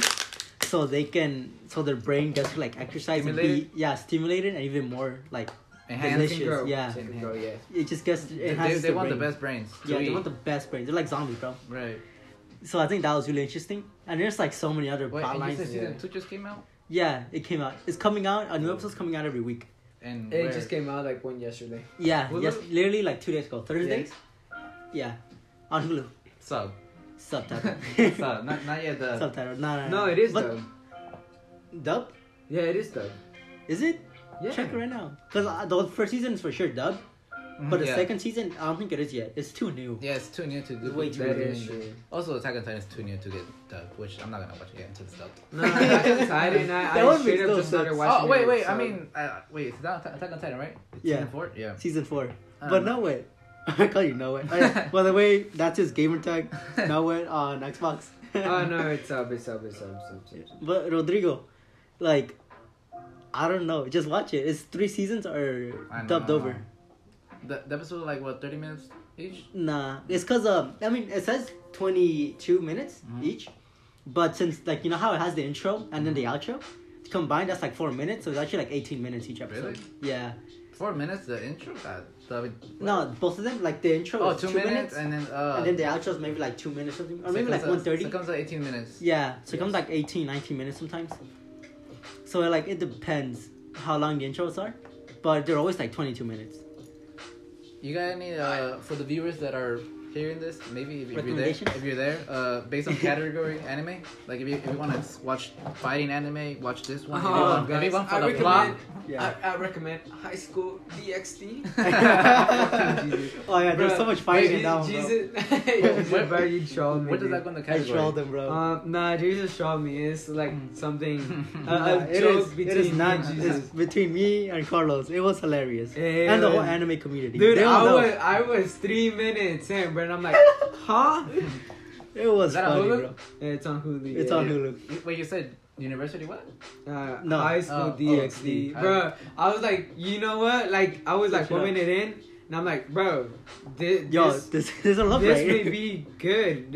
[SPEAKER 1] so they can so their brain gets to like exercise and
[SPEAKER 2] Stimulated?
[SPEAKER 1] be yeah stimulated and even more like
[SPEAKER 2] Enhanced.
[SPEAKER 1] Delicious, yeah.
[SPEAKER 3] Can grow, yeah.
[SPEAKER 1] it just gets
[SPEAKER 2] They,
[SPEAKER 1] it
[SPEAKER 2] they,
[SPEAKER 1] has
[SPEAKER 2] they want the best brains. to
[SPEAKER 1] yeah they
[SPEAKER 2] eat.
[SPEAKER 1] want the best brains they're like zombies bro.
[SPEAKER 2] Right.
[SPEAKER 1] So I think that was really interesting. And there's like so many other
[SPEAKER 2] Wait,
[SPEAKER 1] plot
[SPEAKER 2] and you Oh. said
[SPEAKER 1] lines.
[SPEAKER 2] season
[SPEAKER 3] yeah.
[SPEAKER 2] two just came out,
[SPEAKER 1] Yeah, it came out. It's coming out. A new episode's coming out every week.
[SPEAKER 2] and
[SPEAKER 3] It
[SPEAKER 2] where?
[SPEAKER 3] just came out like one yesterday.
[SPEAKER 1] Yeah,
[SPEAKER 3] Hulu?
[SPEAKER 1] yes, literally like two days ago. Thursdays? Yeah. On Hulu.
[SPEAKER 2] sub.
[SPEAKER 1] Subtitle.
[SPEAKER 2] sub. Not, not yet the.
[SPEAKER 1] Subtitle. No, no, no.
[SPEAKER 3] No, it is
[SPEAKER 1] But-
[SPEAKER 3] dub.
[SPEAKER 1] Dub?
[SPEAKER 3] Yeah, it is dub.
[SPEAKER 1] Is it?
[SPEAKER 3] Yeah.
[SPEAKER 1] Check it right now. Because uh, the first season is for sure dub.
[SPEAKER 2] Mhm,
[SPEAKER 1] But the
[SPEAKER 2] yeah.
[SPEAKER 1] second season, I don't think it is yet. It's too new.
[SPEAKER 2] Yeah, it's too new to do.
[SPEAKER 1] Way
[SPEAKER 2] to
[SPEAKER 1] too
[SPEAKER 2] do
[SPEAKER 3] That is
[SPEAKER 2] anything.
[SPEAKER 3] true.
[SPEAKER 2] Also, Attack on Titan is too new to get dubbed, which I'm not gonna watch again until it's dubbed.
[SPEAKER 3] No, Attack on Titan. I,
[SPEAKER 1] That
[SPEAKER 3] I
[SPEAKER 1] one
[SPEAKER 3] straight
[SPEAKER 1] makes
[SPEAKER 3] up
[SPEAKER 1] no
[SPEAKER 3] just started
[SPEAKER 1] sense.
[SPEAKER 3] watching.
[SPEAKER 2] oh wait,
[SPEAKER 3] it,
[SPEAKER 2] wait. I
[SPEAKER 3] so-
[SPEAKER 2] mean, uh, wait. It's not Attack on Titan, right? It's
[SPEAKER 1] Yeah.
[SPEAKER 2] Season four. Yeah.
[SPEAKER 1] Season four.
[SPEAKER 2] I
[SPEAKER 1] But
[SPEAKER 2] don't know.
[SPEAKER 1] no way. I call you no way. Oh, yeah. By the way, that's his gamer tag. No way on Xbox.
[SPEAKER 3] Oh no, it's up, it's up, it's up, it's up. It's up.
[SPEAKER 1] But Rodrigo, like, I don't know. Just watch it. It's three seasons or
[SPEAKER 2] I know,
[SPEAKER 1] dubbed
[SPEAKER 2] I know.
[SPEAKER 1] over.
[SPEAKER 2] The, the episode like what 30 minutes each.
[SPEAKER 1] Nah, it's cause um, I mean, it says twenty-two minutes
[SPEAKER 2] Mhm.
[SPEAKER 1] each, but since like you know how it has the intro and then the
[SPEAKER 2] Mm-hmm.
[SPEAKER 1] outro, combined that's like four minutes, so it's actually like eighteen minutes each episode.
[SPEAKER 2] Really?
[SPEAKER 1] Yeah.
[SPEAKER 2] Four minutes. The intro. That. The,
[SPEAKER 1] No, both of them like the intro.
[SPEAKER 2] Oh,
[SPEAKER 1] is
[SPEAKER 2] two, minutes, and then uh.
[SPEAKER 1] and then the outro is maybe like two minutes or something, or
[SPEAKER 2] so it
[SPEAKER 1] maybe like
[SPEAKER 2] comes out-
[SPEAKER 1] one thirty.
[SPEAKER 2] So it comes out 18 minutes.
[SPEAKER 1] Yeah, so it comes like 18, 19 minutes sometimes. So like it depends how long the intros are, but they're always like 22 minutes.
[SPEAKER 2] You got any uh, for the viewers that are hearing this, maybe if, if you're there,
[SPEAKER 1] Recommendations?
[SPEAKER 2] if you're there, uh, based on category anime, like if you if you want to watch fighting anime, watch this one. If you
[SPEAKER 1] Oh,
[SPEAKER 2] want- if you
[SPEAKER 3] guys,
[SPEAKER 2] want
[SPEAKER 3] Uh-huh. I
[SPEAKER 2] for the plot,
[SPEAKER 3] recommend-
[SPEAKER 1] Yeah.
[SPEAKER 3] I, I recommend High School DxD.
[SPEAKER 1] oh yeah, there's
[SPEAKER 3] Bruh,
[SPEAKER 1] so much fighting in
[SPEAKER 3] Jesus,
[SPEAKER 1] that one, bro.
[SPEAKER 3] Jesus, Jesus,
[SPEAKER 2] Where-
[SPEAKER 3] bro, you trolled me.
[SPEAKER 2] where does
[SPEAKER 3] dude.
[SPEAKER 2] that go in the
[SPEAKER 1] I trolled
[SPEAKER 2] category? Uh,
[SPEAKER 1] them, bro.
[SPEAKER 3] Um, nah, Jesus trolled me. It's like
[SPEAKER 1] Mm.
[SPEAKER 3] something. a,
[SPEAKER 1] Nah,
[SPEAKER 3] a
[SPEAKER 1] it
[SPEAKER 3] joke
[SPEAKER 1] is-
[SPEAKER 3] between
[SPEAKER 1] it is not
[SPEAKER 3] me and
[SPEAKER 1] it's
[SPEAKER 3] Jesus.
[SPEAKER 1] between me and Carlos. It was hilarious,
[SPEAKER 3] Eh,
[SPEAKER 1] and the whole
[SPEAKER 3] man.
[SPEAKER 1] anime community.
[SPEAKER 3] Dude,
[SPEAKER 1] They all
[SPEAKER 3] I
[SPEAKER 1] know.
[SPEAKER 3] was I was three minutes in, bro, and I'm like, huh?
[SPEAKER 1] It was
[SPEAKER 2] Is that on
[SPEAKER 1] funny,
[SPEAKER 2] Hulu?
[SPEAKER 1] bro.
[SPEAKER 3] Yeah, it's on Hulu.
[SPEAKER 1] It's
[SPEAKER 3] yeah.
[SPEAKER 1] on Hulu.
[SPEAKER 2] You- Wait, you said university what?
[SPEAKER 3] Uh,
[SPEAKER 1] No.
[SPEAKER 3] High School
[SPEAKER 2] Oh,
[SPEAKER 3] DxD,
[SPEAKER 2] oh, I-
[SPEAKER 3] bro. I was like, you know what? Like, I was like
[SPEAKER 1] Look it
[SPEAKER 3] one
[SPEAKER 1] up.
[SPEAKER 3] minute in, and I'm like, bro, thi-
[SPEAKER 1] Yo,
[SPEAKER 3] this
[SPEAKER 1] this there's a love
[SPEAKER 3] this
[SPEAKER 1] right
[SPEAKER 3] may be good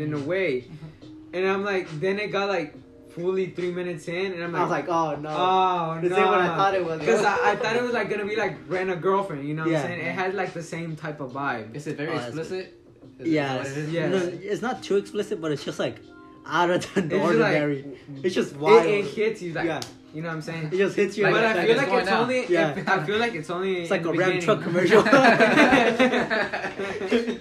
[SPEAKER 3] in a way. And I'm like, then it got like fully three minutes in, and I'm like,
[SPEAKER 1] I was like, oh no.
[SPEAKER 2] Uh,
[SPEAKER 3] oh
[SPEAKER 1] this
[SPEAKER 3] no.
[SPEAKER 1] ain't what I thought it was.
[SPEAKER 3] Because I, I thought it was like gonna be like rent a girlfriend, you know what
[SPEAKER 1] Yeah.
[SPEAKER 3] I'm saying? It had like the same type of vibe.
[SPEAKER 2] Is it very
[SPEAKER 1] Oh, that's
[SPEAKER 2] explicit? Is it-
[SPEAKER 1] yes,
[SPEAKER 2] is it-
[SPEAKER 3] Yes.
[SPEAKER 1] No, it's not too explicit, but it's just like out of the
[SPEAKER 3] It's just,
[SPEAKER 1] ordinary.
[SPEAKER 3] like,
[SPEAKER 1] it's just
[SPEAKER 3] it,
[SPEAKER 1] wild.
[SPEAKER 3] it hits you like
[SPEAKER 1] yeah,
[SPEAKER 3] you know what I'm saying?
[SPEAKER 1] it just hits you.
[SPEAKER 2] Like,
[SPEAKER 1] in
[SPEAKER 3] but
[SPEAKER 1] the
[SPEAKER 3] I
[SPEAKER 1] back.
[SPEAKER 3] feel
[SPEAKER 2] it's
[SPEAKER 3] like
[SPEAKER 2] going
[SPEAKER 3] it's
[SPEAKER 2] down.
[SPEAKER 3] only
[SPEAKER 1] Yeah.
[SPEAKER 3] I feel like it's only
[SPEAKER 1] it's like
[SPEAKER 3] in
[SPEAKER 1] a
[SPEAKER 3] the
[SPEAKER 1] Ram
[SPEAKER 3] beginning.
[SPEAKER 1] truck commercial.
[SPEAKER 3] commercial.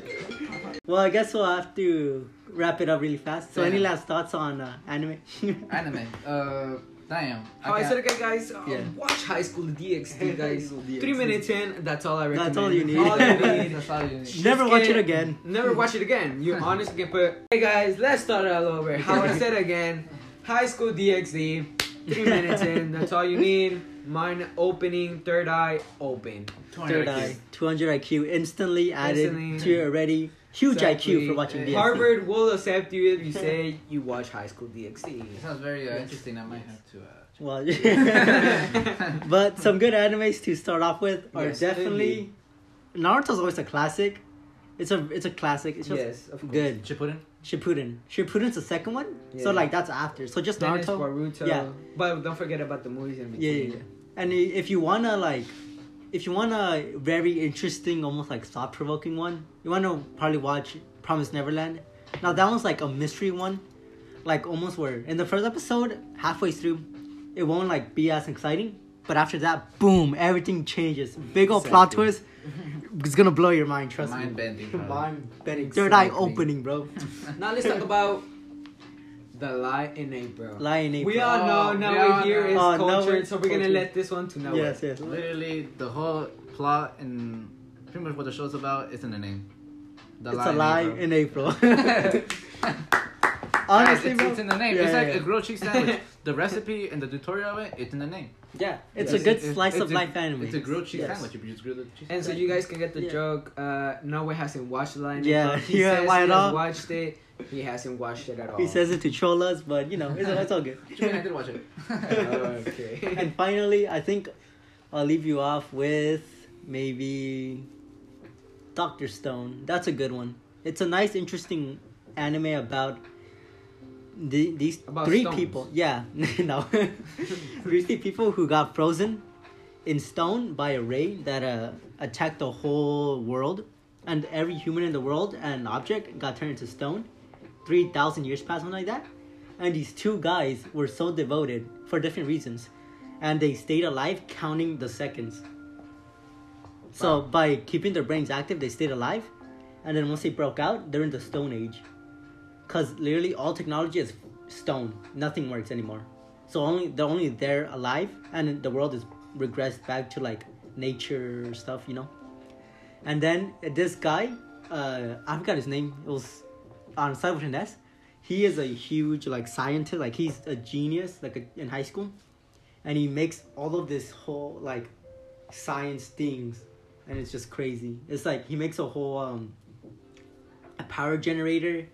[SPEAKER 1] well, I guess we'll have to wrap it up really fast. So, any
[SPEAKER 2] Yeah.
[SPEAKER 1] last thoughts on uh, anime?
[SPEAKER 2] Anime. Uh, damn.
[SPEAKER 3] Oh, I
[SPEAKER 2] can't-
[SPEAKER 3] said, okay, guys, uh,
[SPEAKER 1] Yeah.
[SPEAKER 3] watch High School DxD, guys.
[SPEAKER 1] High School DxD.
[SPEAKER 3] Three minutes in, that's all I recommend.
[SPEAKER 1] That's all you need.
[SPEAKER 3] All you need.
[SPEAKER 2] That's all you need.
[SPEAKER 1] Never watch it
[SPEAKER 3] Shinsuke-
[SPEAKER 1] again.
[SPEAKER 3] Never watch it again. You honestly can put, hey guys, let's start it all over. How I said again, High School DxD, three minutes in, that's all you need. Mind opening, third eye open.
[SPEAKER 2] 200
[SPEAKER 1] Third
[SPEAKER 2] IQ.
[SPEAKER 1] eye, 200 IQ instantly added
[SPEAKER 3] Instantly.
[SPEAKER 1] to your already huge IQ
[SPEAKER 3] Exactly. Uh,
[SPEAKER 1] for watching
[SPEAKER 2] Yeah.
[SPEAKER 1] DSD.
[SPEAKER 3] Harvard will accept you if you say you watch High School DxD.
[SPEAKER 2] It sounds very uh, interesting. I might have to. Uh,
[SPEAKER 1] Well,
[SPEAKER 2] check.
[SPEAKER 1] but some good animes to start off with are
[SPEAKER 3] Hmm. Yes,
[SPEAKER 1] definitely Naruto's always a classic. It's a it's a classic. It's just
[SPEAKER 3] Yes, of course.
[SPEAKER 1] good.
[SPEAKER 2] Chipotle?
[SPEAKER 1] Shippuden. Shippuden's the second one,
[SPEAKER 3] Yeah.
[SPEAKER 1] so like that's after. So just
[SPEAKER 3] Then it's
[SPEAKER 1] Naruto.
[SPEAKER 3] Boruto.
[SPEAKER 1] Yeah.
[SPEAKER 3] But don't forget about the movies in
[SPEAKER 1] Yeah,
[SPEAKER 3] between.
[SPEAKER 1] yeah, yeah. And i- if you wanna like, if you want a very interesting, almost like thought provoking one, you wanna probably watch Promise Neverland. Now that one's like a mystery one, like almost where in the first episode, halfway through, it won't like be as exciting. But after that, boom, everything changes. Big old plot
[SPEAKER 2] Exactly.
[SPEAKER 1] twist. It's gonna blow your mind. Trust
[SPEAKER 2] Mind
[SPEAKER 1] me.
[SPEAKER 2] bending.
[SPEAKER 1] Mind bending. Third eye
[SPEAKER 3] Exactly.
[SPEAKER 1] opening, bro.
[SPEAKER 3] Now let's talk about the lie in April.
[SPEAKER 1] Lion April.
[SPEAKER 3] We all know
[SPEAKER 2] Oh,
[SPEAKER 3] now
[SPEAKER 2] we
[SPEAKER 3] we're
[SPEAKER 2] all
[SPEAKER 3] here
[SPEAKER 2] know.
[SPEAKER 3] is
[SPEAKER 1] Oh, now
[SPEAKER 3] culture,
[SPEAKER 1] we're
[SPEAKER 3] so we're gonna
[SPEAKER 1] culture.
[SPEAKER 3] let this one to know.
[SPEAKER 1] yes, yes.
[SPEAKER 2] Literally, the whole plot and pretty much what the show's about is in the name. The
[SPEAKER 1] It's
[SPEAKER 2] lie
[SPEAKER 1] a
[SPEAKER 2] in
[SPEAKER 1] lie
[SPEAKER 2] April.
[SPEAKER 1] in April. Honestly,
[SPEAKER 2] Honestly, it's,
[SPEAKER 1] bro.
[SPEAKER 2] it's in the name.
[SPEAKER 1] Yeah,
[SPEAKER 2] it's like
[SPEAKER 1] yeah,
[SPEAKER 2] a grilled cheese sandwich. the recipe and the tutorial of it, it's in the name.
[SPEAKER 1] yeah, it's
[SPEAKER 3] Yes,
[SPEAKER 1] a good
[SPEAKER 2] it's-
[SPEAKER 1] slice
[SPEAKER 2] it's
[SPEAKER 1] of
[SPEAKER 2] a-
[SPEAKER 1] life anime.
[SPEAKER 2] It's a grilled cheese
[SPEAKER 1] Yes.
[SPEAKER 2] sandwich. You just grill the cheese.
[SPEAKER 3] And so you guys can get the
[SPEAKER 1] Yeah.
[SPEAKER 3] joke. Uh, Noah hasn't watched the line.
[SPEAKER 1] Yeah,
[SPEAKER 3] he
[SPEAKER 1] yeah,
[SPEAKER 3] says
[SPEAKER 1] why
[SPEAKER 3] he
[SPEAKER 1] not?
[SPEAKER 3] has watched it. He hasn't watched it at all.
[SPEAKER 1] He says it to troll us, but you know, it's, it's all good.
[SPEAKER 2] What do you mean I did watch it.
[SPEAKER 3] okay.
[SPEAKER 1] and finally, I think I'll leave you off with maybe Doctor Stone. That's a good one. It's a nice, interesting anime about the, these
[SPEAKER 3] About
[SPEAKER 1] three
[SPEAKER 3] stones.
[SPEAKER 1] people. Yeah, no, three people who got frozen in stone by a ray that uh, attacked the whole world, and every human in the world and an object got turned into stone. Three thousand years passed, something like that. And these two guys were so devoted for different reasons, and they stayed alive counting the seconds. So by keeping their brains active, they stayed alive, and then once they broke out, they're in the Stone Age, because literally all technology is stone. Nothing works anymore. So only they're only there alive, and the world is regressed back to like nature stuff, you know. And then uh, this guy, uh, I forgot his name. It was on Cyber Finesse. He is a huge like scientist. Like he's a genius. Like a, in high school, and he makes all of this whole like science things, and it's just crazy. It's like he makes a whole um, a power generator,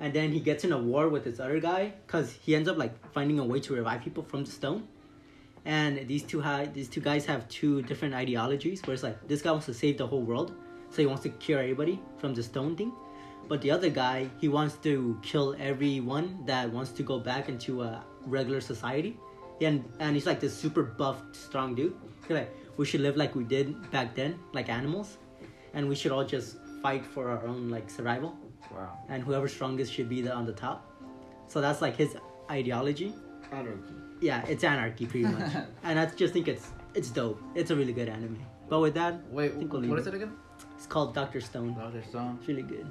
[SPEAKER 1] and then he gets in a war with this other guy because he ends up like finding a way to revive people from the stone. And these two ha- these two guys have two different ideologies. Where it's like this guy wants to save the whole world, so he wants to cure everybody from the stone thing. But the other guy, he wants to kill everyone that wants to go back into a regular society. And and he's like this super buff, strong dude. He's like, we should live like we did back then, like animals, and we should all just fight for our own like survival.
[SPEAKER 2] Wow.
[SPEAKER 1] And whoever's strongest should be the, on the top. So that's like his ideology.
[SPEAKER 3] Anarchy.
[SPEAKER 1] Yeah, it's anarchy pretty much. and I just think it's it's dope. It's a really good anime. But with that,
[SPEAKER 2] Wait,
[SPEAKER 1] think we'll
[SPEAKER 2] what
[SPEAKER 1] leave
[SPEAKER 2] is it again?
[SPEAKER 1] it's called Doctor Stone.
[SPEAKER 2] Doctor Stone.
[SPEAKER 1] It's really good.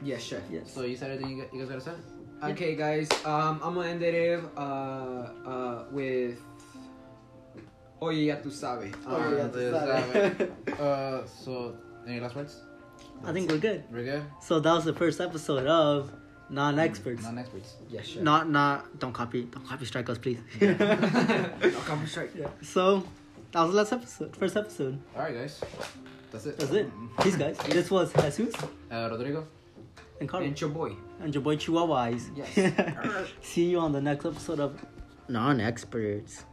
[SPEAKER 3] Yes, sure.
[SPEAKER 1] Yes.
[SPEAKER 2] So you said everything you gu- you guys gotta say?
[SPEAKER 3] Okay, guys. Um, I'm gonna end it uh, uh, with Oye ya tu sabe.
[SPEAKER 2] Oye, ya
[SPEAKER 3] Um,
[SPEAKER 2] tu- sabe. Uh, so any last words?
[SPEAKER 1] I think we're good.
[SPEAKER 2] We're good.
[SPEAKER 1] So that was the first episode of non-experts.
[SPEAKER 3] Mm,
[SPEAKER 2] Non-experts.
[SPEAKER 3] Yes, Um, sure.
[SPEAKER 1] Not not don't copy don't copy strike us please.
[SPEAKER 3] I'll come straight.
[SPEAKER 1] so that was the last episode, first episode.
[SPEAKER 2] All right, guys. That's it.
[SPEAKER 1] That's it.
[SPEAKER 3] Mm-hmm.
[SPEAKER 2] Mm.
[SPEAKER 1] Peace guys. This was Jesus
[SPEAKER 2] Uh, Rodrigo.
[SPEAKER 1] and Carlos
[SPEAKER 3] And your boy.
[SPEAKER 1] and your boy Chihuahua Eyes.
[SPEAKER 3] Yes.
[SPEAKER 1] See you on the next episode of Non-Experts.